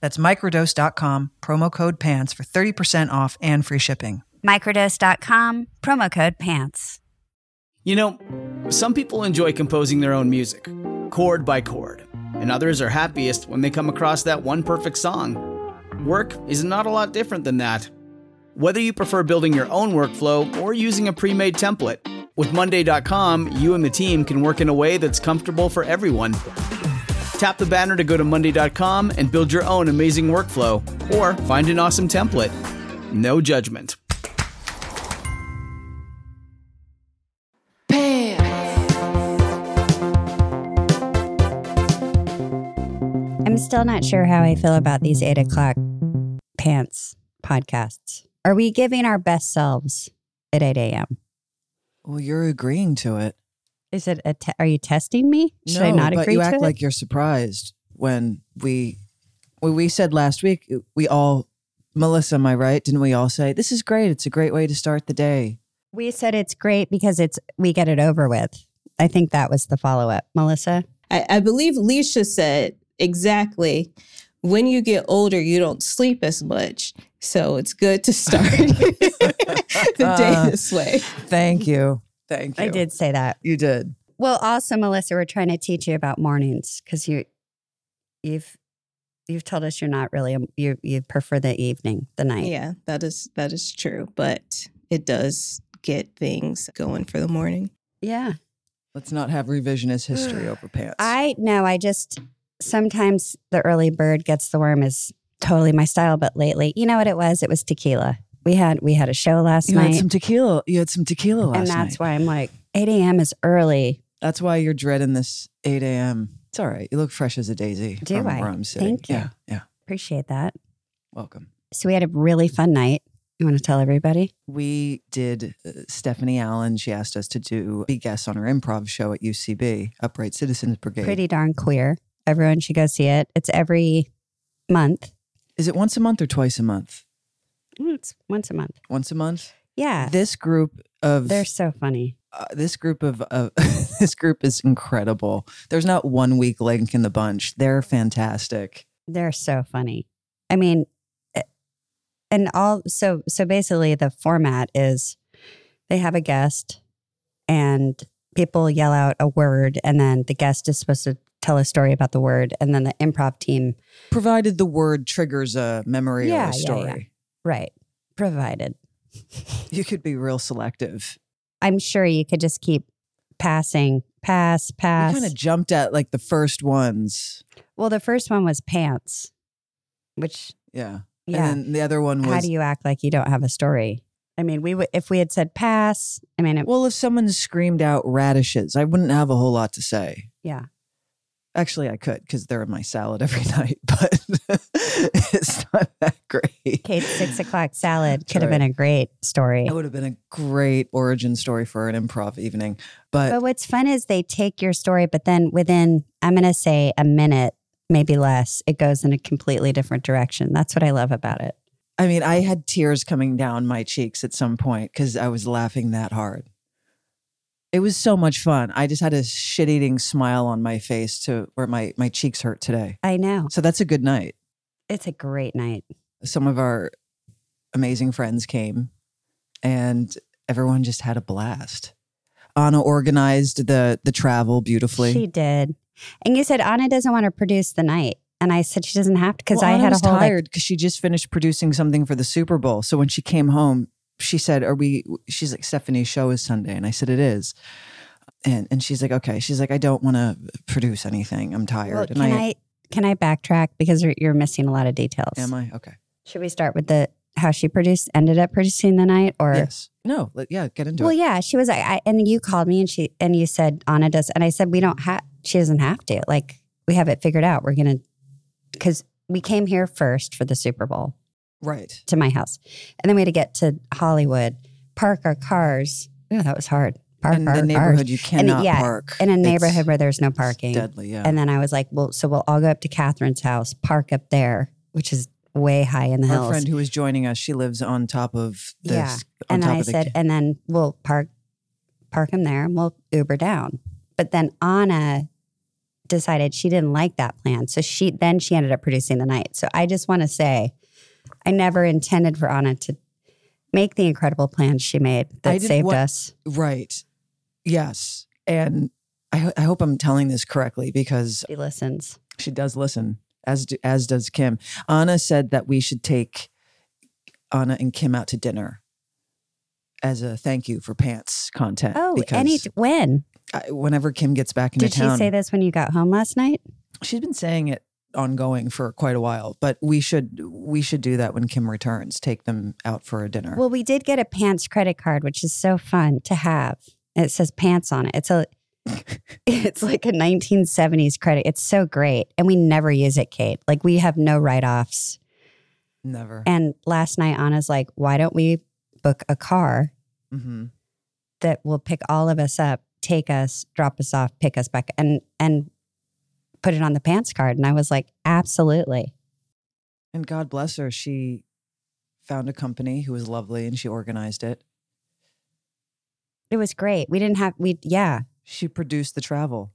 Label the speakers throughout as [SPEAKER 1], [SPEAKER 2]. [SPEAKER 1] That's microdose.com, promo code PANTS for 30% off and free shipping.
[SPEAKER 2] Microdose.com, promo code PANTS.
[SPEAKER 3] You know, some people enjoy composing their own music, chord by chord, and others are happiest when they come across that one perfect song. Work is not a lot different than that. Whether you prefer building your own workflow or using a pre made template, with Monday.com, you and the team can work in a way that's comfortable for everyone. Tap the banner to go to Monday.com and build your own amazing workflow or find an awesome template. No judgment.
[SPEAKER 2] I'm still not sure how I feel about these eight o'clock pants podcasts. Are we giving our best selves at 8 a.m.?
[SPEAKER 4] Well, you're agreeing to it.
[SPEAKER 2] Is it a te- are you testing me? Should I not
[SPEAKER 4] but
[SPEAKER 2] agree
[SPEAKER 4] you
[SPEAKER 2] to
[SPEAKER 4] act
[SPEAKER 2] it?
[SPEAKER 4] like you're surprised when we when we said last week we all Melissa, am I right? Didn't we all say this is great? It's a great way to start the day.
[SPEAKER 2] we said it's great because it's we get it over with. I think that was the follow up, Melissa.
[SPEAKER 5] I, I believe Leisha said exactly when you get older, you don't sleep as much. So it's good to start the
[SPEAKER 2] Uh,
[SPEAKER 5] day this way.
[SPEAKER 4] Thank you. Thank you.
[SPEAKER 2] I did say that.
[SPEAKER 4] You did.
[SPEAKER 2] Well, also Melissa, we're trying to teach you about mornings because you, you've, you've told us you're not really a, you you prefer the evening, the night.
[SPEAKER 5] Yeah, that is that is true, but it does get things going for the morning.
[SPEAKER 2] Yeah.
[SPEAKER 4] Let's not have revisionist history over pants.
[SPEAKER 2] I no, I just sometimes the early bird gets the worm is totally my style, but lately, you know what it was? It was tequila. We had we had a show last
[SPEAKER 4] you
[SPEAKER 2] night,
[SPEAKER 4] had some tequila. You had some tequila last
[SPEAKER 2] and that's
[SPEAKER 4] night.
[SPEAKER 2] why I'm like 8 a.m. is early.
[SPEAKER 4] That's why you're dreading this 8 a.m. It's all right. You look fresh as a daisy.
[SPEAKER 2] Do
[SPEAKER 4] from
[SPEAKER 2] I?
[SPEAKER 4] Where I'm sitting.
[SPEAKER 2] Thank you.
[SPEAKER 4] Yeah. Yeah.
[SPEAKER 2] Appreciate that.
[SPEAKER 4] Welcome.
[SPEAKER 2] So we had a really fun night. You want to tell everybody?
[SPEAKER 4] we did uh, Stephanie Allen. She asked us to do be guests on her improv show at UCB, Upright Citizens Brigade.
[SPEAKER 2] Pretty darn queer. Everyone should go see it. It's every month.
[SPEAKER 4] Is it once a month or twice a month?
[SPEAKER 2] Mm, It's once a month.
[SPEAKER 4] Once a month.
[SPEAKER 2] Yeah.
[SPEAKER 4] This group of
[SPEAKER 2] They're so funny.
[SPEAKER 4] uh, this group of of this group is incredible. There's not one weak link in the bunch. They're fantastic.
[SPEAKER 2] They're so funny. I mean, eh, and all so so basically the format is they have a guest and people yell out a word and then the guest is supposed to tell a story about the word and then the improv team
[SPEAKER 4] Provided the word triggers a memory
[SPEAKER 2] Yeah,
[SPEAKER 4] or
[SPEAKER 2] yeah,
[SPEAKER 4] a
[SPEAKER 2] yeah.
[SPEAKER 4] story,
[SPEAKER 2] right provided
[SPEAKER 4] you could be real selective.
[SPEAKER 2] i'm sure you could just keep passing pass pass
[SPEAKER 4] We kind of jumped at like the first ones.
[SPEAKER 2] well the first one was pants which
[SPEAKER 4] Yeah.
[SPEAKER 2] yeah
[SPEAKER 4] And then the other one was
[SPEAKER 2] how do you act like you don't have a story i mean we would if we had said pass i mean it,
[SPEAKER 4] Well, if someone screamed out radishes, I wouldn't have a whole lot to say.
[SPEAKER 2] yeah
[SPEAKER 4] Actually, I could because they're in my salad every night, but it's not that great.
[SPEAKER 2] Kate's six o'clock salad
[SPEAKER 4] That's
[SPEAKER 2] could have been
[SPEAKER 4] right.
[SPEAKER 2] a great story.
[SPEAKER 4] That would have been a great origin story for an improv evening. But
[SPEAKER 2] But what's fun is they take your story, but then within, I'm going to say a minute, maybe less, it goes in a completely different direction. That's what I love about it.
[SPEAKER 4] I mean, I had tears coming down my cheeks at some point because I was laughing that hard. It was so much fun. I just had a shit eating smile on my face to where my, my cheeks hurt today.
[SPEAKER 2] I know.
[SPEAKER 4] So that's a good night.
[SPEAKER 2] It's a great night.
[SPEAKER 4] some of our amazing friends came and everyone just had a blast. Anna organized the the travel beautifully.
[SPEAKER 2] She did. And you said Anna doesn't want to produce the night. And I said she doesn't have to because
[SPEAKER 4] Well,
[SPEAKER 2] I
[SPEAKER 4] Anna
[SPEAKER 2] had a
[SPEAKER 4] was
[SPEAKER 2] whole like,
[SPEAKER 4] tired because she just finished producing something for the Super Bowl. So when she came home, she said, Are we? She's like, Stephanie's show is Sunday. And I said, It is. And, and she's like, Okay. She's like, I don't want to produce anything. I'm tired.
[SPEAKER 2] Well,
[SPEAKER 4] and
[SPEAKER 2] can I, can I backtrack because you're, you're missing a lot of details.
[SPEAKER 4] Am I? Okay.
[SPEAKER 2] Should we start with the how she produced ended up producing the night or
[SPEAKER 4] Yes. No. let- Yeah. Get into
[SPEAKER 2] Well,
[SPEAKER 4] it.
[SPEAKER 2] yeah, she was. I, I and you called me and she and you said Anna does, and I said we don't have. She doesn't have to. Like we have it figured out. We're gonna because we came here first for the Super Bowl
[SPEAKER 4] Right.
[SPEAKER 2] to my house, and then we had to get to Hollywood, park our cars. Ooh, that was hard. Park
[SPEAKER 4] In
[SPEAKER 2] our
[SPEAKER 4] the
[SPEAKER 2] cars
[SPEAKER 4] neighborhood, you cannot
[SPEAKER 2] yeah,
[SPEAKER 4] park.
[SPEAKER 2] in a
[SPEAKER 4] It's-
[SPEAKER 2] neighborhood where there's no
[SPEAKER 4] it's
[SPEAKER 2] parking.
[SPEAKER 4] deadly. Yeah.
[SPEAKER 2] And then I was like, well, so we'll all go up to Catherine's house, park up there, which is way high in the
[SPEAKER 4] Our
[SPEAKER 2] hills.
[SPEAKER 4] friend who was joining us, she lives on top of this.
[SPEAKER 2] Yeah.
[SPEAKER 4] On
[SPEAKER 2] and then
[SPEAKER 4] top
[SPEAKER 2] I
[SPEAKER 4] of the
[SPEAKER 2] said, and then we'll park park him there and we'll Uber down. But then Anna decided she didn't like that plan. So she then she ended up producing the night. So I just want to say I never intended for Anna to make the incredible plans she made
[SPEAKER 4] I
[SPEAKER 2] that
[SPEAKER 4] didn't
[SPEAKER 2] saved
[SPEAKER 4] want-
[SPEAKER 2] us.
[SPEAKER 4] Right. Yes. And I, ho- I hope I'm telling this correctly because
[SPEAKER 2] She listens.
[SPEAKER 4] she does listen, as do, as does Kim. Anna said that we should take Anna and Kim out to dinner as a thank you for pants content.
[SPEAKER 2] Oh,
[SPEAKER 4] because
[SPEAKER 2] any when?
[SPEAKER 4] I, whenever Kim gets back into
[SPEAKER 2] Did she
[SPEAKER 4] town,
[SPEAKER 2] say this when you got home last night?
[SPEAKER 4] she's been saying it ongoing for quite a while. But we should we should do that when Kim returns. Take them out for a dinner.
[SPEAKER 2] Well, we did get a pants credit card, which is so fun to have. And It says pants on it. It's a it's like a 1970s credit. It's so great. And we never use it, Kate. Like we have no write-offs.
[SPEAKER 4] Never.
[SPEAKER 2] And last night Anna's like, "Why don't we book a car
[SPEAKER 4] hmm
[SPEAKER 2] that will pick all of us up, take us, drop us off, pick us back and and put it on the pants card?" And I was like, "Absolutely."
[SPEAKER 4] And God bless her, she found a company who was lovely and she organized it.
[SPEAKER 2] It was great. We didn't have we yeah,
[SPEAKER 4] She produced the travel.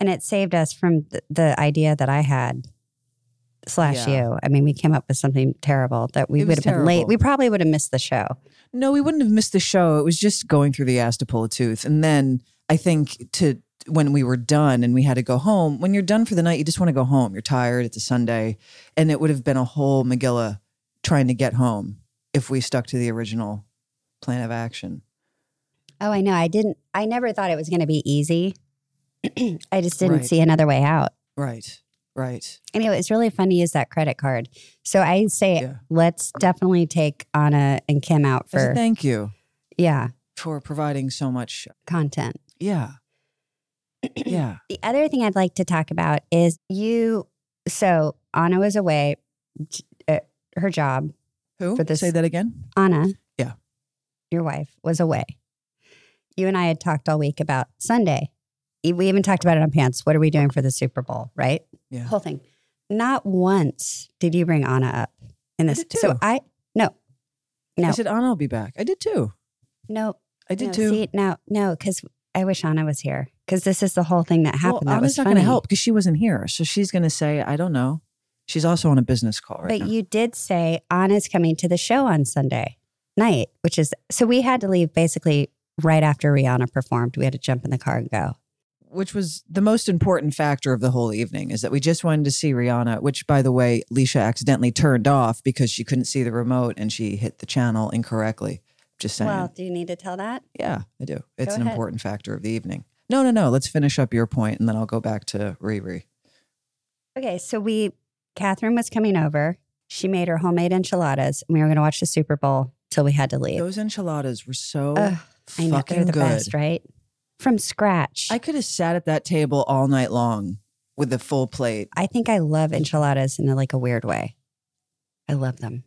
[SPEAKER 2] and it saved us from the, the idea that I had slash
[SPEAKER 4] Yeah.
[SPEAKER 2] you. I mean, we came up with something terrible that we
[SPEAKER 4] It
[SPEAKER 2] would
[SPEAKER 4] was
[SPEAKER 2] have been late.
[SPEAKER 4] terrible.
[SPEAKER 2] We probably would have missed the show.
[SPEAKER 4] No, we wouldn't have missed the show. It was just going through the ass to pull a tooth. And then I think to when we were done and we had to go home, when you're done for the night, you just want to go home. You're tired. It's a Sunday. And it would have been a whole McGilla trying to get home if we stuck to the original plan of action.
[SPEAKER 2] Oh, I know. I didn't. I never thought it was going to be easy. I just didn't
[SPEAKER 4] Right.
[SPEAKER 2] see another way out.
[SPEAKER 4] Right. Right.
[SPEAKER 2] Anyway, it's really fun to use that credit card. So I say,
[SPEAKER 4] Yeah.
[SPEAKER 2] let's definitely take Anna and Kim out
[SPEAKER 4] As a
[SPEAKER 2] for
[SPEAKER 4] thank you
[SPEAKER 2] yeah
[SPEAKER 4] for providing so much.
[SPEAKER 2] content.
[SPEAKER 4] Yeah. Yeah.
[SPEAKER 2] The other thing I'd like to talk about is you. So Anna was away, j- uh, her job.
[SPEAKER 4] Who?
[SPEAKER 2] For this-
[SPEAKER 4] Say that again.
[SPEAKER 2] Anna,
[SPEAKER 4] Yeah.
[SPEAKER 2] your wife, was away. You and I had talked all week about Sunday. E- We even talked about it on Pants. What are we doing for the Super Bowl? Right,
[SPEAKER 4] Yeah.
[SPEAKER 2] whole thing. Not once did you bring Anna up in this.
[SPEAKER 4] did
[SPEAKER 2] so
[SPEAKER 4] too.
[SPEAKER 2] I no, no,
[SPEAKER 4] I said, Anna will be back. I did too.
[SPEAKER 2] no,
[SPEAKER 4] I did
[SPEAKER 2] no,
[SPEAKER 4] too.
[SPEAKER 2] See, no, no, because I wish Anna was here because this is the whole thing that happened.
[SPEAKER 4] well,
[SPEAKER 2] that
[SPEAKER 4] Anna's
[SPEAKER 2] was
[SPEAKER 4] not
[SPEAKER 2] funny.
[SPEAKER 4] going to help because she wasn't here. So she's going to say, I don't know. She's also on a business call right
[SPEAKER 2] but
[SPEAKER 4] now.
[SPEAKER 2] you did say Anna's coming to the show on Sunday night, which is so we had to leave basically right after Rihanna performed. We had to jump in the car and go.
[SPEAKER 4] which was the most important factor of the whole evening is that we just wanted to see Rihanna, which by the way, Leisha accidentally turned off because she couldn't see the remote and she hit the channel incorrectly. Just saying.
[SPEAKER 2] Well, do you need to tell that?
[SPEAKER 4] yeah, I do. It's an
[SPEAKER 2] ahead.
[SPEAKER 4] important factor of the evening. No, no, no. Let's finish up your point and then I'll go back to Riri.
[SPEAKER 2] Okay, so we Catherine was coming over. She made her homemade enchiladas, and we were going to watch the Super Bowl till we had to leave.
[SPEAKER 4] Those enchiladas were so
[SPEAKER 2] Ugh, I know
[SPEAKER 4] fucking
[SPEAKER 2] they're the
[SPEAKER 4] good.
[SPEAKER 2] best, right? From scratch.
[SPEAKER 4] I
[SPEAKER 2] I,
[SPEAKER 4] could have sat at that table all night long with a full plate.
[SPEAKER 2] think I love enchiladas in a, like a weird way. I love them.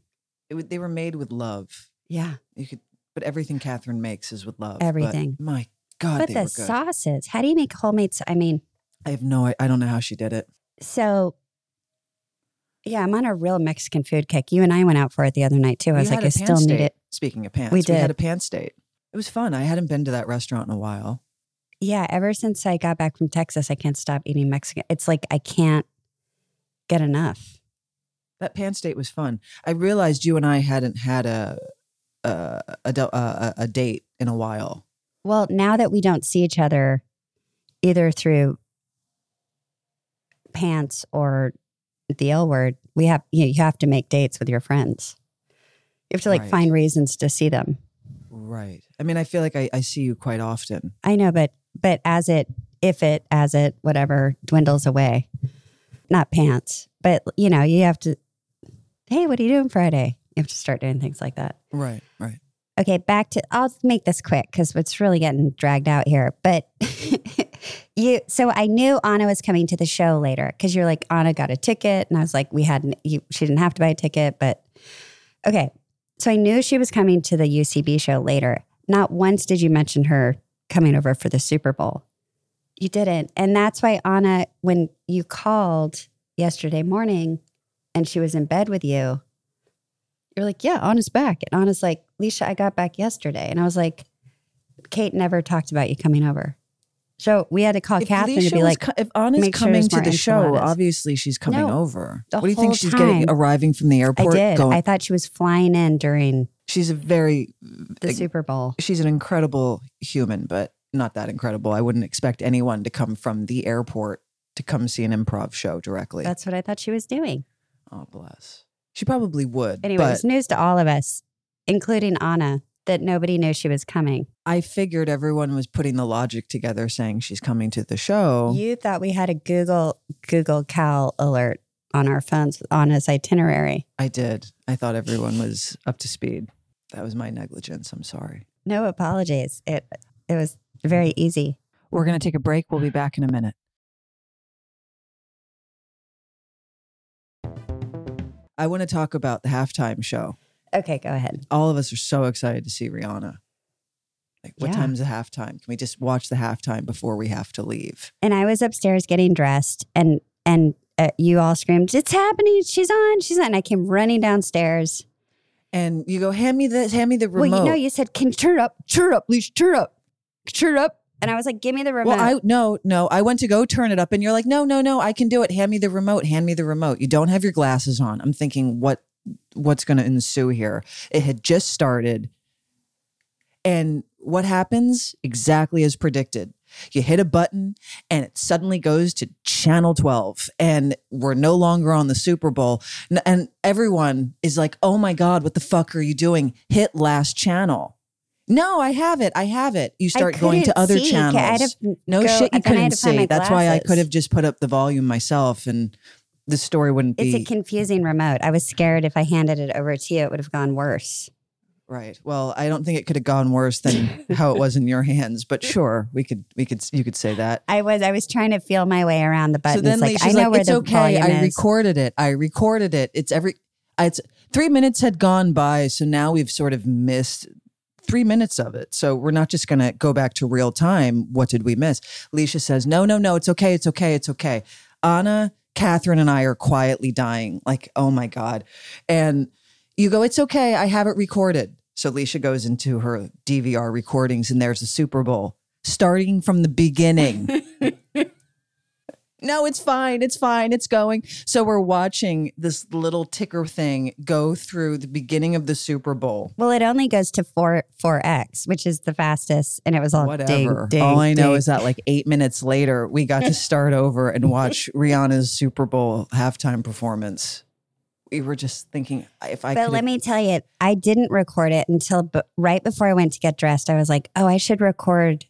[SPEAKER 4] It, would- they were made with love.
[SPEAKER 2] Yeah,
[SPEAKER 4] You could, but everything Catherine makes is with love. but
[SPEAKER 2] Everything.
[SPEAKER 4] my God,
[SPEAKER 2] but
[SPEAKER 4] they
[SPEAKER 2] the
[SPEAKER 4] were good.
[SPEAKER 2] sauces. How do you make homemade? sa- I mean,
[SPEAKER 4] I have no. I, I don't know how she did it.
[SPEAKER 2] So, yeah, I'm on a real Mexican food kick. You and I went out for it the other night too. I was
[SPEAKER 4] We
[SPEAKER 2] like,
[SPEAKER 4] had
[SPEAKER 2] I
[SPEAKER 4] a
[SPEAKER 2] still
[SPEAKER 4] pants
[SPEAKER 2] need
[SPEAKER 4] date.
[SPEAKER 2] it.
[SPEAKER 4] Speaking of pants,
[SPEAKER 2] did.
[SPEAKER 4] had a pants date. It was fun. I hadn't been to that restaurant in a while.
[SPEAKER 2] Yeah, ever since I got back from Texas, I can't stop eating Mexican. It's like I can't get enough.
[SPEAKER 4] That pants date was fun. I realized you and I hadn't had a a a, do- a, a- a date in a while.
[SPEAKER 2] Well, now that we don't see each other either through pants or the L word, we have you, you have to make dates with your friends. You have to like
[SPEAKER 4] Right.
[SPEAKER 2] find reasons to see them.
[SPEAKER 4] Right. I mean, I feel like I, I see you quite often.
[SPEAKER 2] I know, but but as it, if it, as it, whatever dwindles away, not pants, but you know, you have to. Hey, what are you doing Friday? You have to start doing things like that.
[SPEAKER 4] Right. Right.
[SPEAKER 2] Okay, back to I'll make this quick because it's really getting dragged out here. But you, so I knew Anna was coming to the show later because you're like Anna got a ticket, and I was like, we hadn't. You, she didn't have to buy a ticket, but okay. So I knew she was coming to the UCB show later. Not once did you mention her coming over for the Super Bowl. You didn't, and that's why Anna, when you called yesterday morning, and she was in bed with you, you're like, yeah, Anna's back. And Anna's like, Leisha, I got back yesterday. And I was like, Kate never talked about you coming over. So we had to call Catherine
[SPEAKER 4] Alicia
[SPEAKER 2] to be
[SPEAKER 4] was
[SPEAKER 2] like,
[SPEAKER 4] co- if Anna's
[SPEAKER 2] make sure
[SPEAKER 4] coming
[SPEAKER 2] there's
[SPEAKER 4] to
[SPEAKER 2] more
[SPEAKER 4] the show,
[SPEAKER 2] enchiladas.
[SPEAKER 4] obviously she's coming
[SPEAKER 2] No,
[SPEAKER 4] over.
[SPEAKER 2] the
[SPEAKER 4] What do you
[SPEAKER 2] whole
[SPEAKER 4] think she's getting
[SPEAKER 2] time.
[SPEAKER 4] arriving from the
[SPEAKER 2] I
[SPEAKER 4] airport?
[SPEAKER 2] did.
[SPEAKER 4] Going,
[SPEAKER 2] I thought she was flying in during
[SPEAKER 4] she's a very
[SPEAKER 2] the
[SPEAKER 4] Like-
[SPEAKER 2] Super Bowl.
[SPEAKER 4] she's an incredible human, but not that incredible. I wouldn't expect anyone to come from the airport to come see an improv show directly.
[SPEAKER 2] That's what I thought she was doing.
[SPEAKER 4] oh bless. She probably would.
[SPEAKER 2] Anyways,
[SPEAKER 4] but
[SPEAKER 2] news to all of us, including Anna, that nobody knew she was coming.
[SPEAKER 4] I figured everyone was putting the logic together, saying she's coming to the show.
[SPEAKER 2] You thought we had a Google Google Cal alert on our phones with Anna's itinerary.
[SPEAKER 4] I did. I thought everyone was up to speed. That was my negligence. I'm sorry.
[SPEAKER 2] No apologies. It it was very easy.
[SPEAKER 4] We're going to take a break. We'll be back in a minute. I want to talk about the halftime show.
[SPEAKER 2] Okay, go ahead.
[SPEAKER 4] All of us are so excited to see Rihanna. Like, what
[SPEAKER 2] Yeah.
[SPEAKER 4] time's the halftime? Can we just watch the halftime before we have to leave?
[SPEAKER 2] and I was upstairs getting dressed, and and uh, you all screamed, "It's happening! She's on! She's on!" And I came running downstairs.
[SPEAKER 4] And you go, hand me the, hand me the remote.
[SPEAKER 2] Well, you know, you said, "Can turn up, turn up, Leash, turn up, turn up," and I was like, "Give me the remote."
[SPEAKER 4] Well, I no, no. I went to go turn it up, and you're like, no, no, no. I can do it. Hand me the remote. Hand me the remote. You don't have your glasses on. I'm thinking, what, what's going to ensue here? It had just started, and what happens exactly as predicted. You hit a button, and it suddenly goes to channel 12, and we're no longer on the Super Bowl. N- And everyone is like, oh my god, what the fuck are you doing? Hit last channel. No, I have it. I have it. You
[SPEAKER 2] I
[SPEAKER 4] start going to
[SPEAKER 2] couldn't
[SPEAKER 4] other
[SPEAKER 2] see.
[SPEAKER 4] channels.
[SPEAKER 2] I'd have
[SPEAKER 4] No
[SPEAKER 2] go-
[SPEAKER 4] shit,
[SPEAKER 2] then
[SPEAKER 4] you
[SPEAKER 2] I had
[SPEAKER 4] couldn't
[SPEAKER 2] to find my
[SPEAKER 4] see. That's why I
[SPEAKER 2] glasses.
[SPEAKER 4] could have just put up the volume myself, and the story wouldn't
[SPEAKER 2] It's
[SPEAKER 4] be
[SPEAKER 2] a confusing remote. I was scared if I handed it over to you, it would have gone worse.
[SPEAKER 4] right. Well, I don't think it could have gone worse than how it was in your hands. But sure, we could, we could, you could say that.
[SPEAKER 2] I was I was trying to feel my way around the buttons.
[SPEAKER 4] so then
[SPEAKER 2] like
[SPEAKER 4] Leisha's
[SPEAKER 2] I know where
[SPEAKER 4] it's
[SPEAKER 2] the
[SPEAKER 4] okay.
[SPEAKER 2] volume
[SPEAKER 4] I
[SPEAKER 2] is.
[SPEAKER 4] recorded it. I recorded it. It's every. It's three minutes had gone by, so now we've sort of missed three minutes of it. So we're not just going to go back to real time. What did we miss? Leisha says, "No, no, no. It's okay. It's okay. It's okay." Anna, Catherine, and I are quietly dying. Like, oh my god! And you go, "It's okay. I have it recorded." So Leisha goes into her DVR recordings, and there's the Super Bowl starting from the beginning no, it's fine. It's fine. It's going. So we're watching this little ticker thing go through the beginning of the Super Bowl.
[SPEAKER 2] well, it only goes to four four X, which is the fastest, and it was all
[SPEAKER 4] Whatever.
[SPEAKER 2] Ding, ding,
[SPEAKER 4] All I know
[SPEAKER 2] ding.
[SPEAKER 4] is that like eight minutes later, we got to start over and watch Rihanna's Super Bowl halftime performance. We were just thinking, if I
[SPEAKER 2] but
[SPEAKER 4] could.
[SPEAKER 2] let me tell you, I didn't record it until b- right before I went to get dressed. I was like, oh, I should record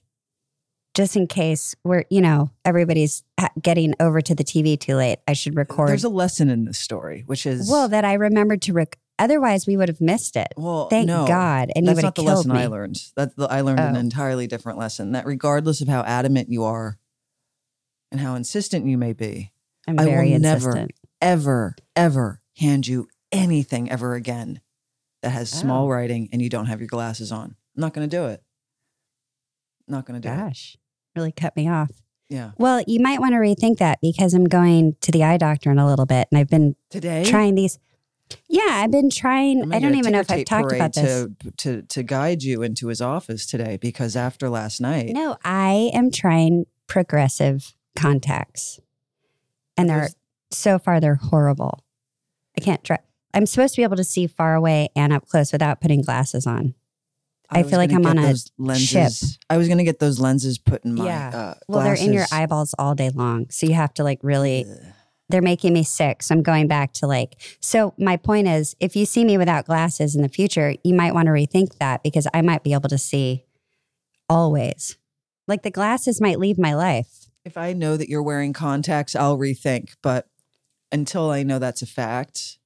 [SPEAKER 2] just in case we're, you know, everybody's ha- getting over to the TV too late. I should record.
[SPEAKER 4] There's a lesson in this story, which is
[SPEAKER 2] well, that I remembered to rec- Otherwise, we would have missed it.
[SPEAKER 4] well,
[SPEAKER 2] Thank
[SPEAKER 4] no.
[SPEAKER 2] God. And you
[SPEAKER 4] That's
[SPEAKER 2] would have
[SPEAKER 4] not the
[SPEAKER 2] killed
[SPEAKER 4] lesson
[SPEAKER 2] me.
[SPEAKER 4] I learned. That the, I learned an
[SPEAKER 2] Oh.
[SPEAKER 4] entirely different lesson. That regardless of how adamant you are, and how insistent you may be,
[SPEAKER 2] I'm
[SPEAKER 4] I will
[SPEAKER 2] very
[SPEAKER 4] never-
[SPEAKER 2] insistent.
[SPEAKER 4] ever, ever hand you anything ever again that
[SPEAKER 2] Oh.
[SPEAKER 4] has small writing and you don't have your glasses on. I'm not going to do it. Not going to do it.
[SPEAKER 2] Gosh, really cut me off.
[SPEAKER 4] Yeah.
[SPEAKER 2] Well, you might want to rethink that because I'm going to the eye doctor in a little bit and I've been
[SPEAKER 4] Today,
[SPEAKER 2] trying these. Yeah, I've been
[SPEAKER 4] I'm
[SPEAKER 2] trying.
[SPEAKER 4] gonna
[SPEAKER 2] I don't
[SPEAKER 4] get a
[SPEAKER 2] even know if
[SPEAKER 4] ticker
[SPEAKER 2] I've
[SPEAKER 4] tape
[SPEAKER 2] talked about
[SPEAKER 4] parade
[SPEAKER 2] this.
[SPEAKER 4] To, to, to guide you into his office today because after last night,
[SPEAKER 2] No, I am trying progressive contacts. And they're
[SPEAKER 4] There's-
[SPEAKER 2] so far they're horrible. I can't try. I'm supposed to be able to see far away and up close without putting glasses on. I
[SPEAKER 4] was
[SPEAKER 2] feel like
[SPEAKER 4] gonna
[SPEAKER 2] I'm
[SPEAKER 4] get
[SPEAKER 2] on a
[SPEAKER 4] those lenses. I was going to get those lenses put in my
[SPEAKER 2] Yeah.
[SPEAKER 4] uh,
[SPEAKER 2] Well, they're in your
[SPEAKER 4] glasses.
[SPEAKER 2] eyeballs all day long. So you have to like really
[SPEAKER 4] Ugh.
[SPEAKER 2] they're making me sick. So I'm going back to like, so my point is if you see me without glasses in the future, you might want to rethink that because I might be able to see always. Like the glasses might leave my life.
[SPEAKER 4] If I know that you're wearing contacts, I'll rethink. But until I know that's a fact,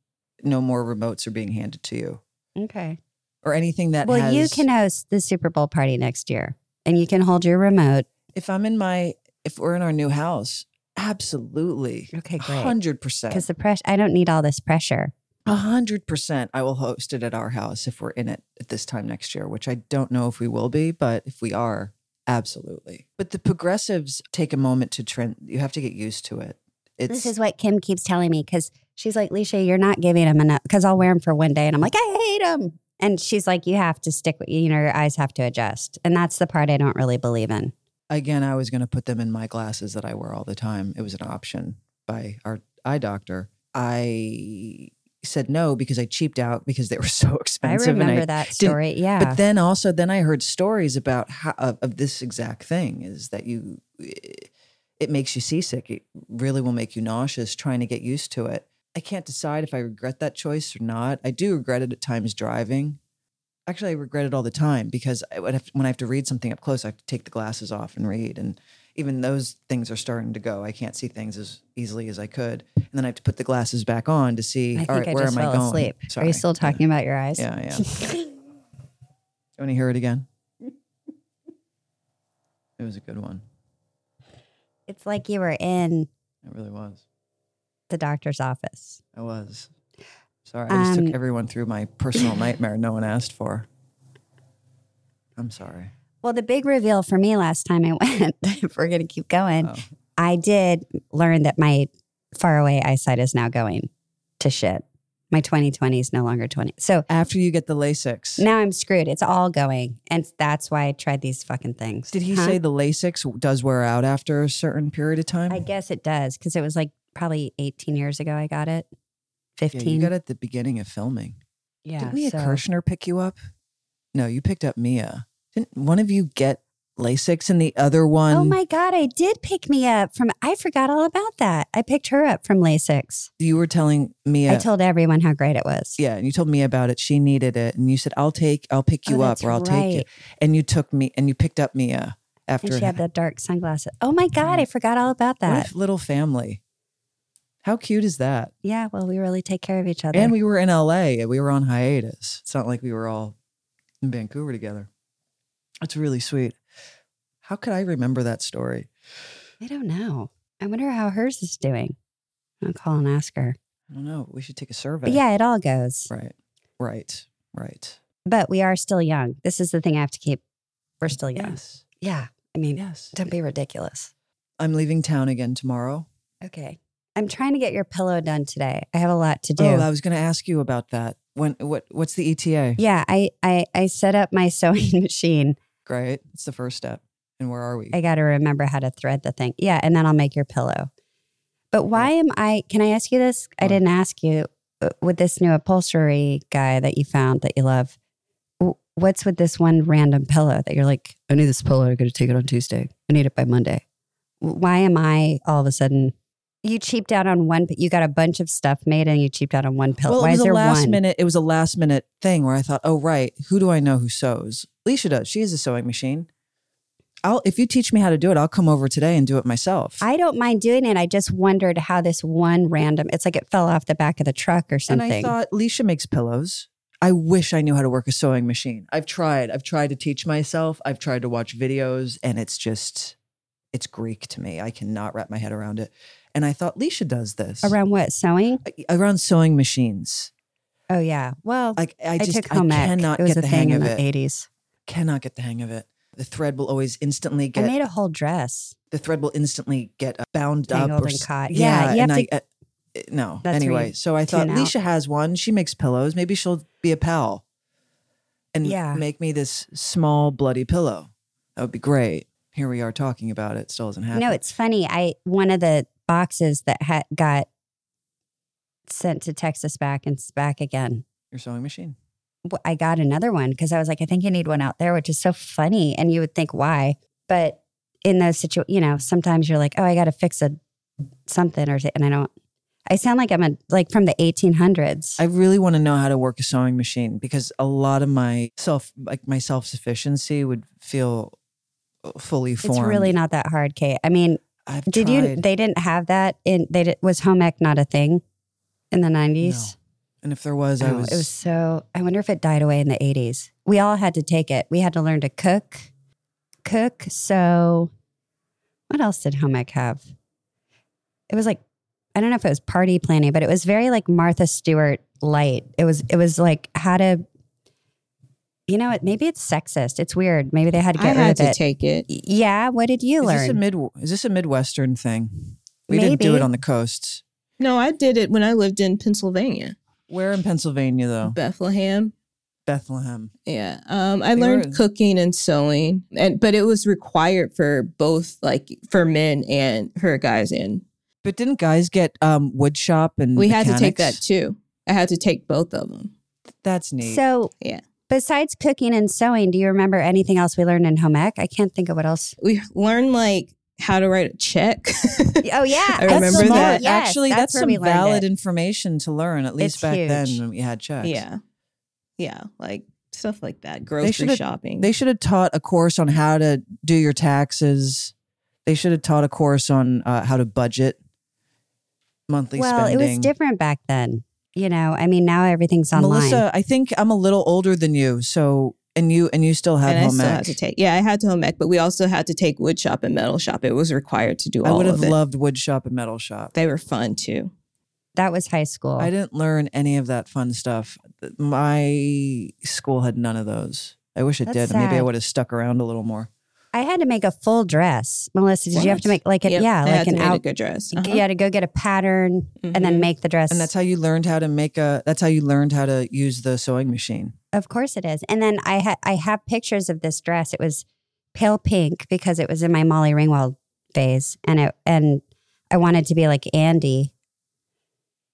[SPEAKER 4] no more remotes are being handed to you
[SPEAKER 2] Okay.
[SPEAKER 4] or anything that
[SPEAKER 2] well, you
[SPEAKER 4] has-
[SPEAKER 2] can host the Super Bowl party next year and you can hold your remote.
[SPEAKER 4] If I'm in my, if we're in our new house, absolutely,
[SPEAKER 2] Okay,
[SPEAKER 4] hundred percent.
[SPEAKER 2] Because the pressure, I don't need all this pressure.
[SPEAKER 4] A hundred percent. I will host it at our house if we're in it at this time next year, which I don't know if we will be, but if we are, absolutely. But the progressives take a moment to trend. You have to get used to it. It's
[SPEAKER 2] this is what Kim keeps telling me because she's like, Leisha, you're not giving him enough because I'll wear him for one day and I'm like, I hate him. And she's like, you have to stick with, you know, your eyes have to adjust. And that's the part I don't really believe in.
[SPEAKER 4] again. I was going to put them in my glasses that I wear all the time. It was an option by our eye doctor. I said no because I cheaped out because they were so
[SPEAKER 2] I
[SPEAKER 4] expensive. and
[SPEAKER 2] remember that story. yeah.
[SPEAKER 4] But then also, then I heard stories about how of, of this exact thing is that you, it makes you seasick. It really will make you nauseous trying to get used to it. I can't decide if I regret that choice or not. I do regret it at times driving. Actually, I regret it all the time because I would have, when I have to read something up close, I have to take the glasses off and read. And even those things are starting to go. I can't see things as easily as I could. And then I have to put the glasses back on to see,
[SPEAKER 2] I think
[SPEAKER 4] all right,
[SPEAKER 2] I
[SPEAKER 4] where
[SPEAKER 2] just
[SPEAKER 4] am
[SPEAKER 2] fell
[SPEAKER 4] I going?
[SPEAKER 2] asleep. Are
[SPEAKER 4] Sorry.
[SPEAKER 2] you still talking about your eyes?
[SPEAKER 4] Yeah, yeah. You want to hear it again? It was a good one.
[SPEAKER 2] It's like you were in
[SPEAKER 4] It really was.
[SPEAKER 2] the doctor's office.
[SPEAKER 4] I was. Sorry, I just
[SPEAKER 2] Um,
[SPEAKER 4] took everyone through my personal nightmare no one asked for. I'm sorry.
[SPEAKER 2] Well, the big reveal for me last time I went, if we're going to keep going,
[SPEAKER 4] Oh.
[SPEAKER 2] I did learn that my faraway eyesight is now going to shit. My 2020 is no longer 20. So
[SPEAKER 4] After you get the Lasix,
[SPEAKER 2] now I'm screwed. It's all going. And that's why I tried these fucking things.
[SPEAKER 4] did he
[SPEAKER 2] Huh?
[SPEAKER 4] say the Lasix does wear out after a certain period of time?
[SPEAKER 2] I guess it does because it was like probably 18 years ago I got it.
[SPEAKER 4] Yeah,
[SPEAKER 2] 15.
[SPEAKER 4] you got it at the beginning of filming.
[SPEAKER 2] Yeah,
[SPEAKER 4] Did Leah
[SPEAKER 2] so-
[SPEAKER 4] Kirshner pick you up? No, you picked up Mia. Didn't one of you get Lasix and the other one?
[SPEAKER 2] Oh my God, I did pick me up from, I forgot all about that. I picked her up from LASIX.
[SPEAKER 4] You were telling Mia.
[SPEAKER 2] I told everyone how great it was.
[SPEAKER 4] Yeah, and you told me about it. She needed it, and you said, "I'll take, I'll pick you
[SPEAKER 2] Oh,
[SPEAKER 4] up,
[SPEAKER 2] that's
[SPEAKER 4] or I'll take you."
[SPEAKER 2] right.
[SPEAKER 4] And you took me, and you picked up Mia after.
[SPEAKER 2] And
[SPEAKER 4] it
[SPEAKER 2] she had
[SPEAKER 4] happened.
[SPEAKER 2] the dark sunglasses. Oh my God, I forgot all about
[SPEAKER 4] What
[SPEAKER 2] that.
[SPEAKER 4] a little family. How cute is that?
[SPEAKER 2] Yeah, well, we really take care of each other.
[SPEAKER 4] And we were in LA. and We were on hiatus. It's not like we were all in Vancouver together. That's really sweet. How could I remember that story?
[SPEAKER 2] I don't know. I wonder how hers is doing. I'll call and ask her.
[SPEAKER 4] I don't know. We should take a survey.
[SPEAKER 2] But yeah, it all goes.
[SPEAKER 4] Right. Right. Right.
[SPEAKER 2] But we are still young. This is the thing I have to keep. We're still young.
[SPEAKER 4] Yes.
[SPEAKER 2] Yeah. I mean,
[SPEAKER 4] Yes.
[SPEAKER 2] don't be ridiculous.
[SPEAKER 4] I'm leaving town again tomorrow.
[SPEAKER 2] Okay. I'm trying to get your pillow done today. I have a lot to do.
[SPEAKER 4] Oh, I was going to ask you about that. When? What? What's the E ETA?
[SPEAKER 2] yeah, I, I I set up my sewing machine.
[SPEAKER 4] Great. It's the first step. And where are we?
[SPEAKER 2] I got to remember how to thread the thing. Yeah, and then I'll make your pillow. But why am I? Can I ask you this? I
[SPEAKER 4] What?
[SPEAKER 2] didn't ask you uh, with this new upholstery guy that you found that you love. w- What's with this one random pillow that you're like, I need this pillow. I'm going to take it on Tuesday. I need it by Monday. W- Why am I all of a sudden? You cheaped out on one. You got a bunch of stuff made, and you cheaped out on one pillow.
[SPEAKER 4] well,
[SPEAKER 2] why
[SPEAKER 4] it was
[SPEAKER 2] is there
[SPEAKER 4] a last
[SPEAKER 2] one?
[SPEAKER 4] minute. It was a last minute thing where I thought, oh right, who do I know who sews? Leisha does. She is a sewing machine. I'll if you teach me how to do it, I'll come over today and do it myself.
[SPEAKER 2] I don't mind doing it. I just wondered how this one random. It's like it fell off the back of the truck or
[SPEAKER 4] and
[SPEAKER 2] something.
[SPEAKER 4] I thought Leisha makes pillows. I wish I knew how to work a sewing machine. I've tried. I've tried to teach myself. I've tried to watch videos, and it's just, it's Greek to me. I cannot wrap my head around it. And I thought Leisha does this
[SPEAKER 2] Around what sewing?
[SPEAKER 4] around sewing machines.
[SPEAKER 2] Oh yeah. Well,
[SPEAKER 4] Like I
[SPEAKER 2] I,
[SPEAKER 4] just
[SPEAKER 2] took home
[SPEAKER 4] I
[SPEAKER 2] ec.
[SPEAKER 4] cannot
[SPEAKER 2] it was
[SPEAKER 4] get
[SPEAKER 2] a
[SPEAKER 4] the
[SPEAKER 2] thing
[SPEAKER 4] hang
[SPEAKER 2] in
[SPEAKER 4] of
[SPEAKER 2] the
[SPEAKER 4] it.
[SPEAKER 2] 80s.
[SPEAKER 4] Cannot get the hang of it. The thread will always instantly get
[SPEAKER 2] I made a whole dress.
[SPEAKER 4] the thread will instantly get uh, bound up
[SPEAKER 2] Tangled
[SPEAKER 4] or
[SPEAKER 2] and
[SPEAKER 4] s-
[SPEAKER 2] caught. Yeah, you have
[SPEAKER 4] and
[SPEAKER 2] to-
[SPEAKER 4] I, uh, no.
[SPEAKER 2] That's where
[SPEAKER 4] anyway,
[SPEAKER 2] you
[SPEAKER 4] so I thought
[SPEAKER 2] tune out.
[SPEAKER 4] Leisha has one. She makes pillows. Maybe she'll be a pal and
[SPEAKER 2] Yeah.
[SPEAKER 4] make me this small bloody pillow. That would be great. Here we are talking about it. Still hasn't happened.
[SPEAKER 2] No, it's funny. I one of the boxes that ha- got sent to Texas back and s- back again.
[SPEAKER 4] your sewing machine.
[SPEAKER 2] w- I got another one because I was like, I think you need one out there, which is so funny. And you would think why, but in those situations, you know, sometimes you're like, oh, I got to fix a something or t- and I don't. I sound like I'm a, like from the 1800s.
[SPEAKER 4] I really want to know how to work a sewing machine because a lot of my self, like my self sufficiency, would feel uh, fully
[SPEAKER 2] it's
[SPEAKER 4] formed.
[SPEAKER 2] really not that hard, Kate. I mean,
[SPEAKER 4] I've
[SPEAKER 2] did you?
[SPEAKER 4] tried.
[SPEAKER 2] They didn't have that in. They di- was home ec not a thing in the 90s.
[SPEAKER 4] and if there was, I
[SPEAKER 2] Oh,
[SPEAKER 4] was.
[SPEAKER 2] It was so. I wonder if it died away in the 80s. We all had to take it. We had to learn to cook, cook. So, what else did home ec have? It was like I don't know if it was party planning, but it was very like Martha Stewart light. It was. It was like how to. You know, it, maybe it's sexist. It's weird. Maybe they had to
[SPEAKER 5] I
[SPEAKER 2] get rid
[SPEAKER 5] had
[SPEAKER 2] of
[SPEAKER 5] to
[SPEAKER 2] it.
[SPEAKER 5] take it.
[SPEAKER 2] Y- yeah. What did you
[SPEAKER 4] is
[SPEAKER 2] learn?
[SPEAKER 4] this a mid? Is this a midwestern thing? We didn't do
[SPEAKER 2] Maybe.
[SPEAKER 4] it on the coasts.
[SPEAKER 5] No, I did it when I lived in Pennsylvania,
[SPEAKER 4] Where in Pennsylvania
[SPEAKER 2] Oh.
[SPEAKER 4] though?
[SPEAKER 5] Bethlehem.
[SPEAKER 4] Bethlehem.
[SPEAKER 5] Yeah, um, I
[SPEAKER 4] They
[SPEAKER 5] learned
[SPEAKER 4] were-
[SPEAKER 5] cooking and sewing, and but it was required for both, like for men and her guys. And
[SPEAKER 4] But didn't guys get um, wood shop and
[SPEAKER 5] we had to take that
[SPEAKER 4] mechanics?
[SPEAKER 5] too. I had to take both of them.
[SPEAKER 4] That's neat.
[SPEAKER 2] So
[SPEAKER 5] Yeah.
[SPEAKER 2] Besides cooking and sewing, do you remember anything else we learned in home ec? I can't think of what else.
[SPEAKER 5] We learned like how to write a check.
[SPEAKER 2] Oh yeah,
[SPEAKER 5] I remember
[SPEAKER 2] smart.
[SPEAKER 5] that.
[SPEAKER 2] Yes,
[SPEAKER 4] Actually, that's,
[SPEAKER 2] where
[SPEAKER 4] some
[SPEAKER 2] we learned
[SPEAKER 4] valid
[SPEAKER 2] it.
[SPEAKER 4] information to learn. At least
[SPEAKER 2] It's
[SPEAKER 4] back then
[SPEAKER 2] huge.
[SPEAKER 4] when we had checks.
[SPEAKER 5] yeah, yeah, like stuff like that. Grocery
[SPEAKER 4] should've-
[SPEAKER 5] shopping.
[SPEAKER 4] They should have taught a course on how to do your taxes. They should have taught a course on uh, how to budget monthly
[SPEAKER 2] well,
[SPEAKER 4] spending.
[SPEAKER 2] it was different back then. You know, I mean, now everything's online.
[SPEAKER 4] Melissa, I think I'm a little older than you, so and you and you still had
[SPEAKER 5] and I
[SPEAKER 4] home
[SPEAKER 5] still
[SPEAKER 4] ec.
[SPEAKER 5] had to take. Yeah, I had to home ec, but we also had to take wood shop and metal shop. It was required to do
[SPEAKER 4] I
[SPEAKER 5] all
[SPEAKER 4] would have
[SPEAKER 5] of it.
[SPEAKER 4] loved wood shop and metal shop.
[SPEAKER 5] they were fun too.
[SPEAKER 2] that was high school.
[SPEAKER 4] I didn't learn any of that fun stuff. My school had none of those. I wish it
[SPEAKER 2] That's
[SPEAKER 4] did. Maybe I
[SPEAKER 2] sad.
[SPEAKER 4] would have stuck around a little more.
[SPEAKER 2] I had to make a full dress, Melissa. Did you have to
[SPEAKER 5] What?
[SPEAKER 2] make like a
[SPEAKER 5] Yep,
[SPEAKER 2] yeah,
[SPEAKER 5] I had
[SPEAKER 2] like
[SPEAKER 5] to
[SPEAKER 2] an
[SPEAKER 5] make a
[SPEAKER 2] out?
[SPEAKER 5] good dress.
[SPEAKER 2] You
[SPEAKER 5] Uh-huh.
[SPEAKER 2] had to go get a pattern and
[SPEAKER 5] Mhm.
[SPEAKER 2] then make the dress.
[SPEAKER 4] And that's how you learned how to make a. That's how you learned how to use the sewing machine.
[SPEAKER 2] Of course it is. And then I had I have pictures of this dress. It was pale pink because it was in my Molly Ringwald phase, and it and I wanted to be like Andy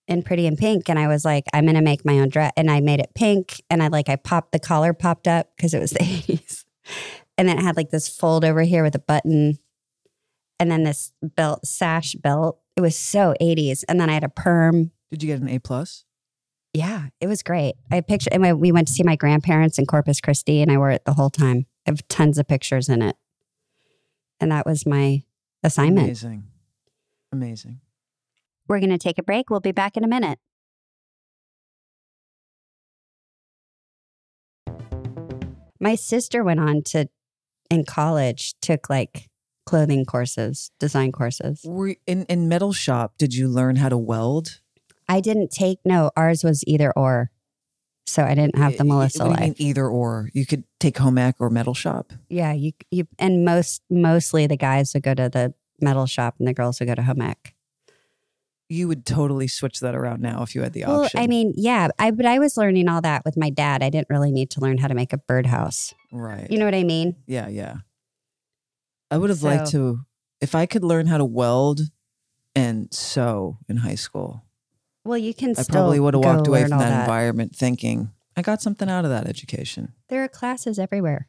[SPEAKER 2] in Pretty in Pink, and I was like, I'm gonna make my own dress, and I made it pink, and I like I popped the collar popped up because it was the 80s, and then it had like this fold over here with a button, and then this belt sash belt. It was so 80s, and then I had a perm.
[SPEAKER 4] Did you get an A plus?
[SPEAKER 2] Yeah, it was great. I picture, and I, we went to see my grandparents in Corpus Christi, and I wore it the whole time. I have tons of pictures in it, and that was my assignment.
[SPEAKER 4] Amazing. Amazing.
[SPEAKER 2] We're going to take a break. We'll be back in a minute. My sister went on to in college took like clothing courses, design courses.
[SPEAKER 4] Were in in metal shop? Did you learn how to weld?
[SPEAKER 2] I didn't take no. Ours was either or, so I didn't have the
[SPEAKER 4] Y- y-
[SPEAKER 2] Melissa
[SPEAKER 4] what do
[SPEAKER 2] life.
[SPEAKER 4] you mean either or. You could take home ec or metal shop.
[SPEAKER 2] Yeah, you you and most mostly the guys would go to the metal shop and the girls would go to home ec.
[SPEAKER 4] You would totally switch that around now if you had the
[SPEAKER 2] Well,
[SPEAKER 4] option.
[SPEAKER 2] I mean, yeah, I but I was learning all that with my dad. I didn't really need to learn how to make a birdhouse.
[SPEAKER 4] right?
[SPEAKER 2] You know what I mean?
[SPEAKER 4] yeah, yeah. I would have liked
[SPEAKER 2] So-
[SPEAKER 4] to if I could learn how to weld and sew in high school.
[SPEAKER 2] Well, you can
[SPEAKER 4] I
[SPEAKER 2] still
[SPEAKER 4] probably would have
[SPEAKER 2] go
[SPEAKER 4] walked away
[SPEAKER 2] learn
[SPEAKER 4] from
[SPEAKER 2] all
[SPEAKER 4] that, environment thinking I got something out of that education.
[SPEAKER 2] There are classes everywhere.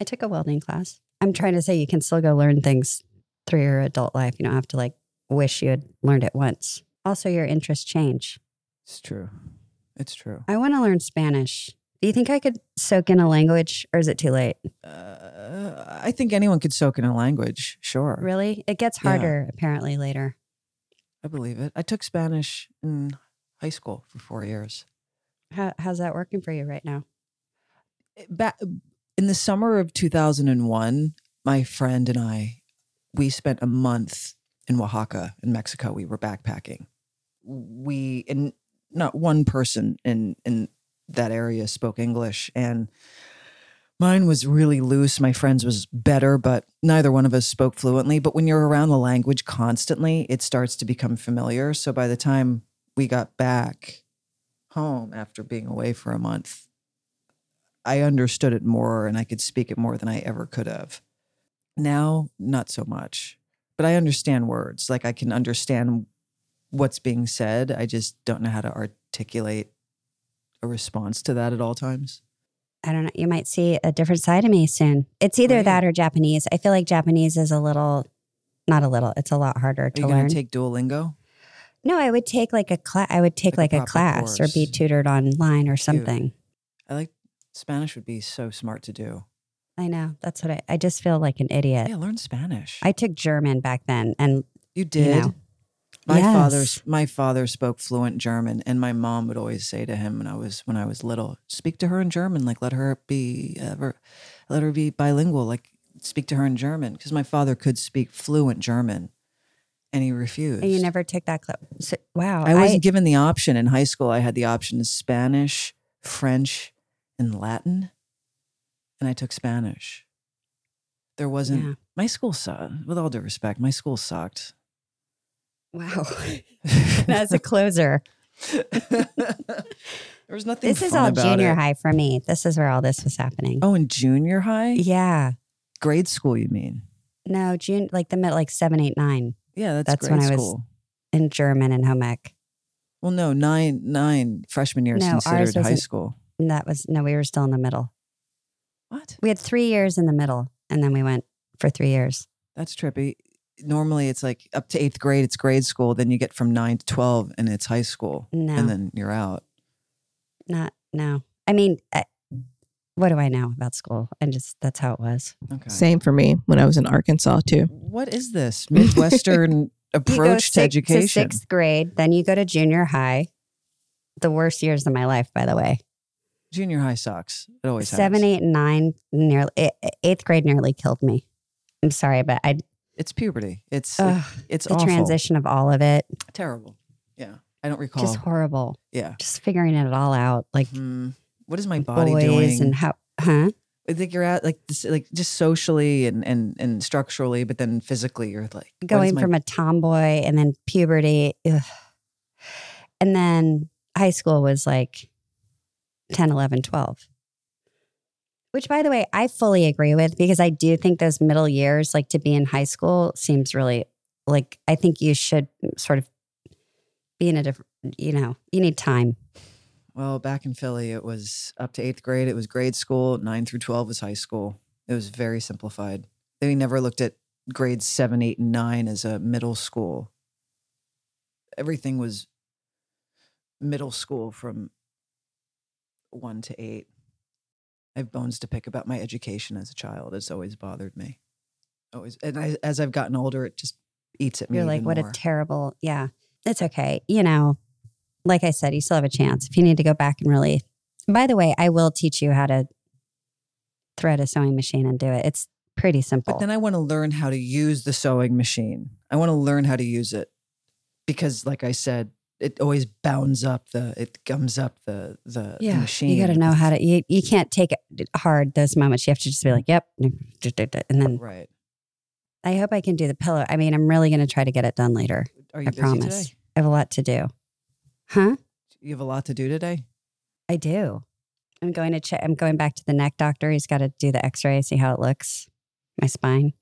[SPEAKER 2] I took a welding class. I'm trying to say you can still go learn things through your adult life. You don't have to like wish you had learned it once. Also, your interests change.
[SPEAKER 4] It's true. It's true.
[SPEAKER 2] I want to learn Spanish. Do you think I could soak in a language, or is it too late?
[SPEAKER 4] Uh, I think anyone could soak in a language. Sure.
[SPEAKER 2] Really, it gets
[SPEAKER 4] Yeah.
[SPEAKER 2] harder apparently later.
[SPEAKER 4] I believe it. I took Spanish in high school for four years.
[SPEAKER 2] How, how's that working for you right now?
[SPEAKER 4] Back in the summer of 2001, my friend and I, we spent a month in Oaxaca in Mexico. We were backpacking. We and not one person in in that area spoke English, and mine was really loose. My friend's was better, but neither one of us spoke fluently. But when you're around the language constantly, it starts to become familiar. So by the time we got back home after being away for a month, I understood it more and I could speak it more than I ever could have. Now, not so much, but I understand words. Like I can understand what's being said. I just don't know how to articulate a response to that at all times.
[SPEAKER 2] I don't know. You might see a different side of me soon. It's either
[SPEAKER 4] Right.
[SPEAKER 2] that or Japanese. I feel like Japanese is a little, not a little, it's a lot harder
[SPEAKER 4] Are
[SPEAKER 2] to
[SPEAKER 4] you going
[SPEAKER 2] learn.
[SPEAKER 4] to take Duolingo?
[SPEAKER 2] No, I would take like a class. I would take
[SPEAKER 4] Like
[SPEAKER 2] like,
[SPEAKER 4] a
[SPEAKER 2] a,
[SPEAKER 4] proper
[SPEAKER 2] class or be
[SPEAKER 4] course.
[SPEAKER 2] tutored online or something.
[SPEAKER 4] I like Spanish would be so smart to do.
[SPEAKER 2] I know. That's what I, I just feel like an idiot.
[SPEAKER 4] Yeah, learn Spanish.
[SPEAKER 2] I took German back then and
[SPEAKER 4] you did.
[SPEAKER 2] know.
[SPEAKER 4] My
[SPEAKER 2] Yes.
[SPEAKER 4] father's my father spoke fluent German, and my mom would always say to him when I was when I was little, speak to her in German, like let her be ever, let her be bilingual, like speak to her in German, because my father could speak fluent German, and he refused.
[SPEAKER 2] you never took that class. So, wow.
[SPEAKER 4] I wasn't given the option in high school. I had the option of Spanish, French, and Latin, and I took Spanish. There wasn't
[SPEAKER 2] Yeah.
[SPEAKER 4] my school sucked. With all due respect, my school sucked.
[SPEAKER 2] Wow. As a closer.
[SPEAKER 4] there was nothing.
[SPEAKER 2] This is
[SPEAKER 4] fun
[SPEAKER 2] all
[SPEAKER 4] about
[SPEAKER 2] junior
[SPEAKER 4] it.
[SPEAKER 2] high for me. This is where all this was happening.
[SPEAKER 4] Oh, in junior high,
[SPEAKER 2] Yeah.
[SPEAKER 4] grade school, you mean?
[SPEAKER 2] No, June, like the mid, like seven, eight, nine
[SPEAKER 4] Yeah, that's,
[SPEAKER 2] That's
[SPEAKER 4] grade
[SPEAKER 2] when I was-
[SPEAKER 4] school.
[SPEAKER 2] in German and home ec.
[SPEAKER 4] well, no, nine nine freshman year is
[SPEAKER 2] No, ours
[SPEAKER 4] considered high
[SPEAKER 2] wasn't-
[SPEAKER 4] school.
[SPEAKER 2] And that was, no, we were still in the middle.
[SPEAKER 4] What?
[SPEAKER 2] We had three years in the middle and then we went for three years.
[SPEAKER 4] That's trippy. Normally, it's like up to eighth grade, it's grade school. Then you get from nine to twelve, and it's high school,
[SPEAKER 2] No,
[SPEAKER 4] and then you're out.
[SPEAKER 2] not, no. I mean, I, what do I know about school? And just that's how it was.
[SPEAKER 4] Okay.
[SPEAKER 5] Same for me when I was in Arkansas too.
[SPEAKER 4] What is this Midwestern
[SPEAKER 2] You go
[SPEAKER 4] approach to
[SPEAKER 2] six-
[SPEAKER 4] education?
[SPEAKER 2] sixth grade, then you go to junior high. The worst years of my life, by the way.
[SPEAKER 4] Junior high sucks. It always
[SPEAKER 2] Seven,
[SPEAKER 4] has.
[SPEAKER 2] eight, and nine, nearly eh, eh, eighth grade nearly killed me. I'm sorry, but I
[SPEAKER 4] It's puberty. It's
[SPEAKER 2] ugh,
[SPEAKER 4] it's
[SPEAKER 2] the
[SPEAKER 4] awful.
[SPEAKER 2] transition of all of it
[SPEAKER 4] Terrible. Yeah, I don't recall.
[SPEAKER 2] just horrible.
[SPEAKER 4] yeah.
[SPEAKER 2] Just figuring it all out, like
[SPEAKER 4] Hmm. What is my body
[SPEAKER 2] boys
[SPEAKER 4] doing?
[SPEAKER 2] and how, huh?
[SPEAKER 4] I think you're at like this, like just socially and and and structurally, but then physically you're like what is
[SPEAKER 2] Going
[SPEAKER 4] my-
[SPEAKER 2] from a tomboy and then puberty, ugh. and then high school was like 10, 11, 12. Which, by the way, I fully agree with because I do think those middle years, like to be in high school, seems really like I think you should sort of be in a different, you know, you need time.
[SPEAKER 4] well back in Philly it was up to eighth grade it was grade school nine through twelve was high school it was very simplified they never looked at grades seven eight and nine as a middle school everything was middle school from one to eight I have bones to pick about my education as a child it's always bothered me always and I, as I've gotten older it just eats at me
[SPEAKER 2] You're like,
[SPEAKER 4] even
[SPEAKER 2] what
[SPEAKER 4] more.
[SPEAKER 2] a terrible, yeah, it's okay. You know, like I said, you still have a chance if you need to go back and really. By the way, I will teach you how to thread a sewing machine and do it. It's pretty simple.
[SPEAKER 4] But then I want to learn how to use the sewing machine. I want to learn how to use it because, like I said, it always bounds up the, it gums up the the, the machine.
[SPEAKER 2] You got to know how to. You, you can't take it hard those moments. You have to just be like, yep, and then
[SPEAKER 4] Right?
[SPEAKER 2] I hope I can do the pillow. I mean, I'm really going to try to get it done later.
[SPEAKER 4] Are you
[SPEAKER 2] I
[SPEAKER 4] busy
[SPEAKER 2] promise.
[SPEAKER 4] today?
[SPEAKER 2] I have a lot to do. Huh?
[SPEAKER 4] You have a lot to do today.
[SPEAKER 2] I do. I'm going to check. I'm going back to the neck doctor. He's got to do the X-ray, see how it looks, my spine.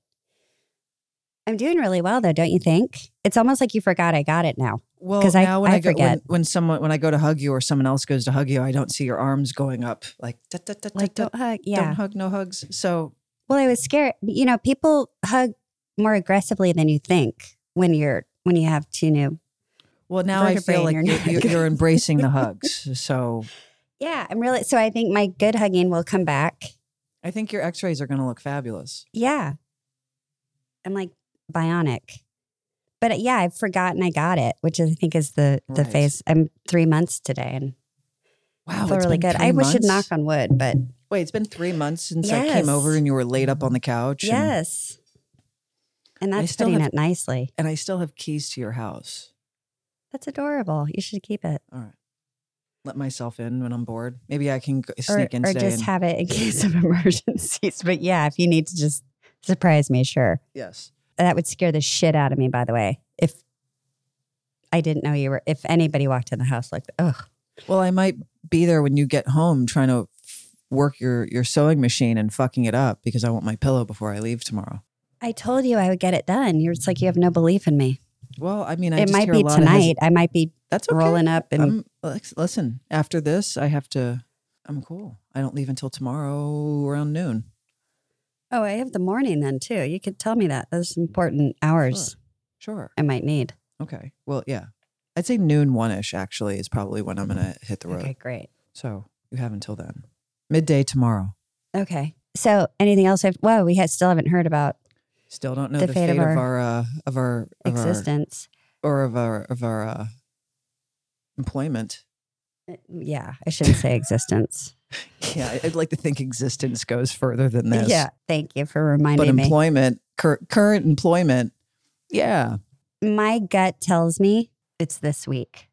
[SPEAKER 2] I'm doing really well though, don't you think? It's almost like you forgot I got it now.
[SPEAKER 4] Well,
[SPEAKER 2] 'Cause I-
[SPEAKER 4] now when I,
[SPEAKER 2] I
[SPEAKER 4] go when,
[SPEAKER 2] forget.
[SPEAKER 4] when someone when I go to hug you or someone else goes to hug you, I don't see your arms going up like "Tut, tut, tut,
[SPEAKER 2] Like don't
[SPEAKER 4] tut, tut."
[SPEAKER 2] hug.
[SPEAKER 4] don't
[SPEAKER 2] Yeah.
[SPEAKER 4] hug, no hugs. So
[SPEAKER 2] Well, I was scared. You know, people hug more aggressively than you think when you're when you have two new.
[SPEAKER 4] well now I
[SPEAKER 2] Vertebrae
[SPEAKER 4] feel
[SPEAKER 2] in
[SPEAKER 4] like
[SPEAKER 2] your
[SPEAKER 4] you're,
[SPEAKER 2] neck.
[SPEAKER 4] you're, you're embracing the hugs. So
[SPEAKER 2] Yeah, I'm really so I think my good hugging will come back.
[SPEAKER 4] I think your X-rays are going to look fabulous.
[SPEAKER 2] Yeah. I'm like bionic. But uh, yeah, I've forgotten I got it, which I think is the the
[SPEAKER 4] Right.
[SPEAKER 2] phase. I'm three months today and I
[SPEAKER 4] Wow,
[SPEAKER 2] feel
[SPEAKER 4] it's
[SPEAKER 2] really
[SPEAKER 4] been
[SPEAKER 2] good.
[SPEAKER 4] three
[SPEAKER 2] I wish should
[SPEAKER 4] months?
[SPEAKER 2] knock on wood, but
[SPEAKER 4] Wait, it's been three months since I came over
[SPEAKER 2] Yes.
[SPEAKER 4] and you were laid up on the couch. and-
[SPEAKER 2] yes. And
[SPEAKER 4] I
[SPEAKER 2] that's
[SPEAKER 4] still
[SPEAKER 2] putting
[SPEAKER 4] have-
[SPEAKER 2] it nicely.
[SPEAKER 4] And, I still have keys to your house.
[SPEAKER 2] That's adorable. You should keep it.
[SPEAKER 4] All right. Let myself in when I'm bored. Maybe I can g-
[SPEAKER 2] Or,
[SPEAKER 4] sneak in
[SPEAKER 2] or
[SPEAKER 4] today.
[SPEAKER 2] just
[SPEAKER 4] and-
[SPEAKER 2] have it in case of emergencies. But yeah, if you need to just surprise me, sure.
[SPEAKER 4] yes.
[SPEAKER 2] That would scare the shit out of me, by the way. If I didn't know you were, if anybody walked in the house like, oh,
[SPEAKER 4] Well, I might be there when you get home trying to f- work your, your sewing machine and fucking it up because I want my pillow before I leave tomorrow.
[SPEAKER 2] I told you I would get it done. You're just like, you have no belief in me.
[SPEAKER 4] Well, I mean, I
[SPEAKER 2] it
[SPEAKER 4] just
[SPEAKER 2] might
[SPEAKER 4] hear a
[SPEAKER 2] be
[SPEAKER 4] lot of hesi-
[SPEAKER 2] tonight. I might be
[SPEAKER 4] That's okay. Um,
[SPEAKER 2] rolling up and
[SPEAKER 4] I'm, lex- listen, after this, I have to, I'm cool. I don't leave until tomorrow around noon.
[SPEAKER 2] Oh, I have the morning then too. You could tell me that. Those important hours
[SPEAKER 4] Sure.
[SPEAKER 2] I might need.
[SPEAKER 4] Okay. Well, yeah. I'd say noon one ish actually is probably when I'm gonna hit the road.
[SPEAKER 2] Mm-hmm. Okay, great.
[SPEAKER 4] So you have until then. Midday tomorrow.
[SPEAKER 2] Okay. So anything else? I've, whoa, we had, still haven't heard about
[SPEAKER 4] Still don't know the, fate, of our, uh, of our of our-
[SPEAKER 2] existence.
[SPEAKER 4] or of our of our uh, employment.
[SPEAKER 2] yeah, I shouldn't say existence.
[SPEAKER 4] Yeah, I- I'd like to think existence goes further than this.
[SPEAKER 2] Yeah. Thank you for
[SPEAKER 4] but
[SPEAKER 2] reminding me.
[SPEAKER 4] employment, cur- current employment, yeah.
[SPEAKER 2] My gut tells me it's this week.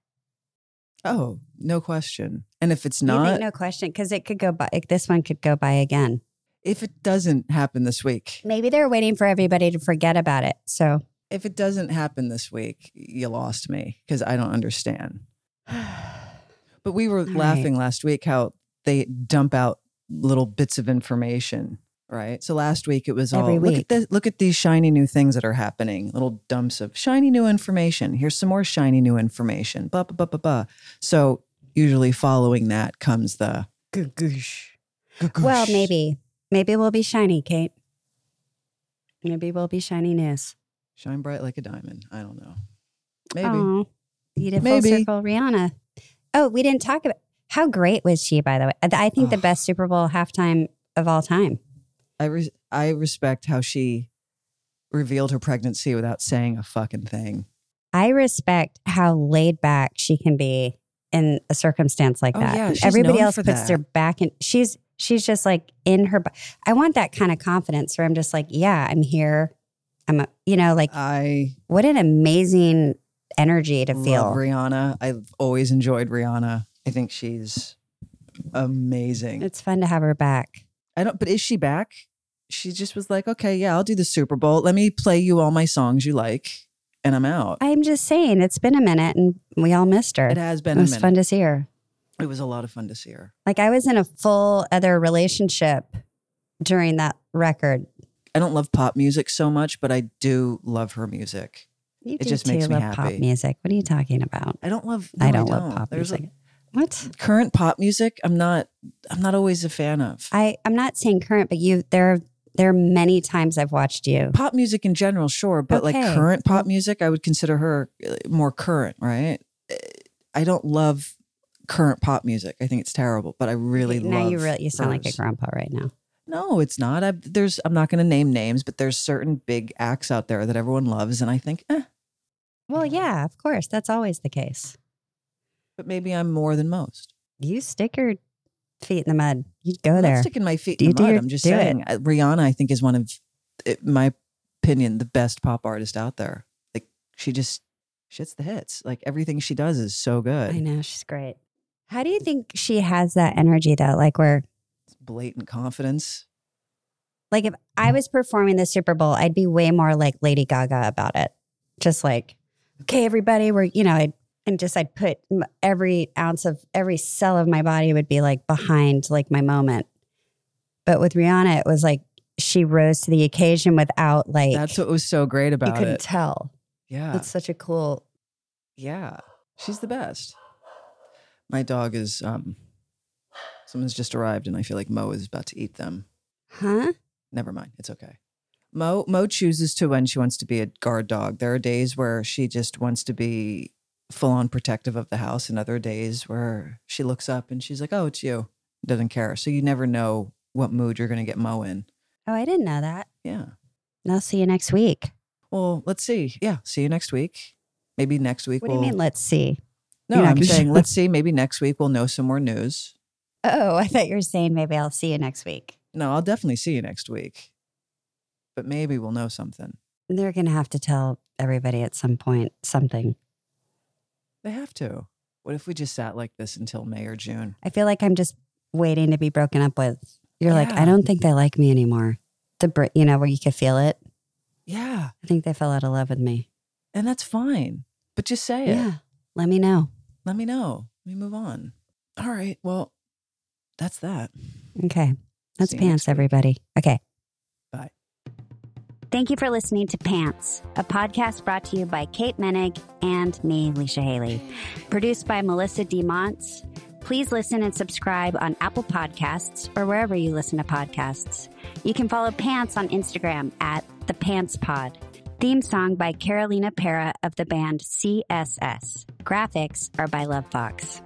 [SPEAKER 4] Oh, no question. And if it's
[SPEAKER 2] You
[SPEAKER 4] not,
[SPEAKER 2] think no question because it could go by. Like, this one could go by again.
[SPEAKER 4] if it doesn't happen this week,
[SPEAKER 2] Maybe they're waiting for everybody to forget about it. So
[SPEAKER 4] if it doesn't happen this week, you lost me because I don't understand. But we were
[SPEAKER 2] All right.
[SPEAKER 4] laughing last week how they dump out little bits of information, right? So last week it was all
[SPEAKER 2] Every
[SPEAKER 4] look
[SPEAKER 2] week.
[SPEAKER 4] at this, look at these shiny new things that are happening, little dumps of shiny new information. Here's some more shiny new information. Blah blah blah blah blah. So usually following that comes the
[SPEAKER 2] well, maybe maybe we'll be shiny, Kate. Maybe we'll be shiny news.
[SPEAKER 4] shine bright like a diamond. I don't know. Maybe.
[SPEAKER 2] Aw, you did full
[SPEAKER 4] Maybe.
[SPEAKER 2] circle, Rihanna. Oh, we didn't talk about how great was she, by the way. I- I think the
[SPEAKER 4] Ugh.
[SPEAKER 2] best Super Bowl halftime of all time.
[SPEAKER 4] I res- I respect how she revealed her pregnancy without saying a fucking thing.
[SPEAKER 2] I respect how laid back she can be in a circumstance like
[SPEAKER 4] Oh,
[SPEAKER 2] that.
[SPEAKER 4] yeah,
[SPEAKER 2] And
[SPEAKER 4] she's
[SPEAKER 2] Everybody
[SPEAKER 4] known
[SPEAKER 2] else
[SPEAKER 4] for
[SPEAKER 2] puts
[SPEAKER 4] that.
[SPEAKER 2] their back in. She's she's just like in her. bo- I want that kind of confidence where I'm just like, yeah, I'm here. I'm a, you know like
[SPEAKER 4] I
[SPEAKER 2] what an amazing energy to
[SPEAKER 4] love
[SPEAKER 2] feel.
[SPEAKER 4] Rihanna. I've always enjoyed Rihanna. I think she's amazing.
[SPEAKER 2] It's fun to have her back.
[SPEAKER 4] I don't but is she back? She just was like, "Okay, yeah, I'll do the Super Bowl. Let me play you all my songs you like and I'm out."
[SPEAKER 2] I'm just saying, it's been a minute, and we all missed her.
[SPEAKER 4] It
[SPEAKER 2] It,
[SPEAKER 4] has been a
[SPEAKER 2] was
[SPEAKER 4] minute.
[SPEAKER 2] fun to see her.
[SPEAKER 4] it was a lot of fun to see her.
[SPEAKER 2] Like I was in a full other relationship during that record.
[SPEAKER 4] I don't love pop music so much, but I do love her music.
[SPEAKER 2] You
[SPEAKER 4] It
[SPEAKER 2] do
[SPEAKER 4] just
[SPEAKER 2] too
[SPEAKER 4] makes me
[SPEAKER 2] love pop
[SPEAKER 4] happy.
[SPEAKER 2] music. What are you talking about?
[SPEAKER 4] I don't love
[SPEAKER 2] I
[SPEAKER 4] no,
[SPEAKER 2] don't love pop
[SPEAKER 4] There's a-
[SPEAKER 2] music. What?
[SPEAKER 4] current pop music i'm not i'm not always a fan of
[SPEAKER 2] I I'm not saying current, but you there are there are many times I've watched you.
[SPEAKER 4] pop music in general sure but
[SPEAKER 2] Okay.
[SPEAKER 4] like current pop music i would consider her uh, more current right Uh, i don't love current pop music i think it's terrible but i really
[SPEAKER 2] now
[SPEAKER 4] love
[SPEAKER 2] you really you sound like
[SPEAKER 4] hers.
[SPEAKER 2] a grandpa right now.
[SPEAKER 4] no it's not I, there's i'm not going to name names but there's certain big acts out there that everyone loves and i think eh,
[SPEAKER 2] Well, yeah, of course, that's always the case.
[SPEAKER 4] but maybe i'm more than most
[SPEAKER 2] You stick your feet in the mud. You go
[SPEAKER 4] I'm not
[SPEAKER 2] there.
[SPEAKER 4] sticking my feet
[SPEAKER 2] You
[SPEAKER 4] in the
[SPEAKER 2] do
[SPEAKER 4] mud
[SPEAKER 2] your-
[SPEAKER 4] i'm just
[SPEAKER 2] do it.
[SPEAKER 4] saying uh, rihanna i think is one of in my opinion the best pop artist out there like she just shits the hits like everything she does is so
[SPEAKER 2] I
[SPEAKER 4] good
[SPEAKER 2] know she's great. How do you think she has that energy though? Like where
[SPEAKER 4] It's blatant confidence
[SPEAKER 2] like if I
[SPEAKER 4] Mm.
[SPEAKER 2] was performing the Super Bowl, I'd be way more like Lady Gaga about it. Just like, okay, everybody, we're you know, I'd, and just I'd put m- every ounce of every cell of my body would be like behind like my moment. But with Rihanna, it was like she rose to the occasion without like
[SPEAKER 4] that's what was so great
[SPEAKER 2] you
[SPEAKER 4] about
[SPEAKER 2] couldn't
[SPEAKER 4] it
[SPEAKER 2] tell.
[SPEAKER 4] yeah
[SPEAKER 2] It's such a cool.
[SPEAKER 4] yeah she's the best my dog is um someone's just arrived and i feel like mo is about to eat them
[SPEAKER 2] Huh?
[SPEAKER 4] never mind. It's okay. Mo Mo chooses to when she wants to be a guard dog. There are days where she just wants to be full on protective of the house, and other days where she looks up and she's like, "Oh, it's you." Doesn't care. So you never know what mood you're going to get Mo in.
[SPEAKER 2] Oh, I didn't know that.
[SPEAKER 4] Yeah.
[SPEAKER 2] And I'll see you next week.
[SPEAKER 4] Well, let's see. Yeah. See you next week. Maybe next week.
[SPEAKER 2] What do
[SPEAKER 4] we'll,
[SPEAKER 2] you mean? Let's see.
[SPEAKER 4] No,
[SPEAKER 2] You're not
[SPEAKER 4] I'm
[SPEAKER 2] gonna-
[SPEAKER 4] saying let's see. Maybe next week we'll know some more news.
[SPEAKER 2] Oh, I thought you were saying maybe I'll see you next week.
[SPEAKER 4] No, I'll definitely see you next week. But maybe we'll know something.
[SPEAKER 2] They're gonna have to tell everybody at some point something.
[SPEAKER 4] They have to. What if we just sat like this until May or June?
[SPEAKER 2] I feel like I'm just waiting to be broken up with. You're like,
[SPEAKER 4] Yeah.
[SPEAKER 2] I don't think they like me anymore. The br- you know where you could feel it.
[SPEAKER 4] Yeah,
[SPEAKER 2] I think they fell out of love with me.
[SPEAKER 4] and that's fine. But just say it.
[SPEAKER 2] let me know.
[SPEAKER 4] Let me know. Let me move on. All right. Well, that's that.
[SPEAKER 2] Okay, that's
[SPEAKER 4] See you next
[SPEAKER 2] pants,
[SPEAKER 4] week.
[SPEAKER 2] everybody. Okay.
[SPEAKER 4] Bye.
[SPEAKER 2] Thank you for listening to Pants, a podcast brought to you by Kate Menig and me, Leisha Haley. Produced by Melissa DeMonts. Please listen and subscribe on Apple Podcasts or wherever you listen to podcasts. You can follow Pants on Instagram at The Pants Pod. Theme song by Carolina Para of the band CSS. Graphics are by Love Fox.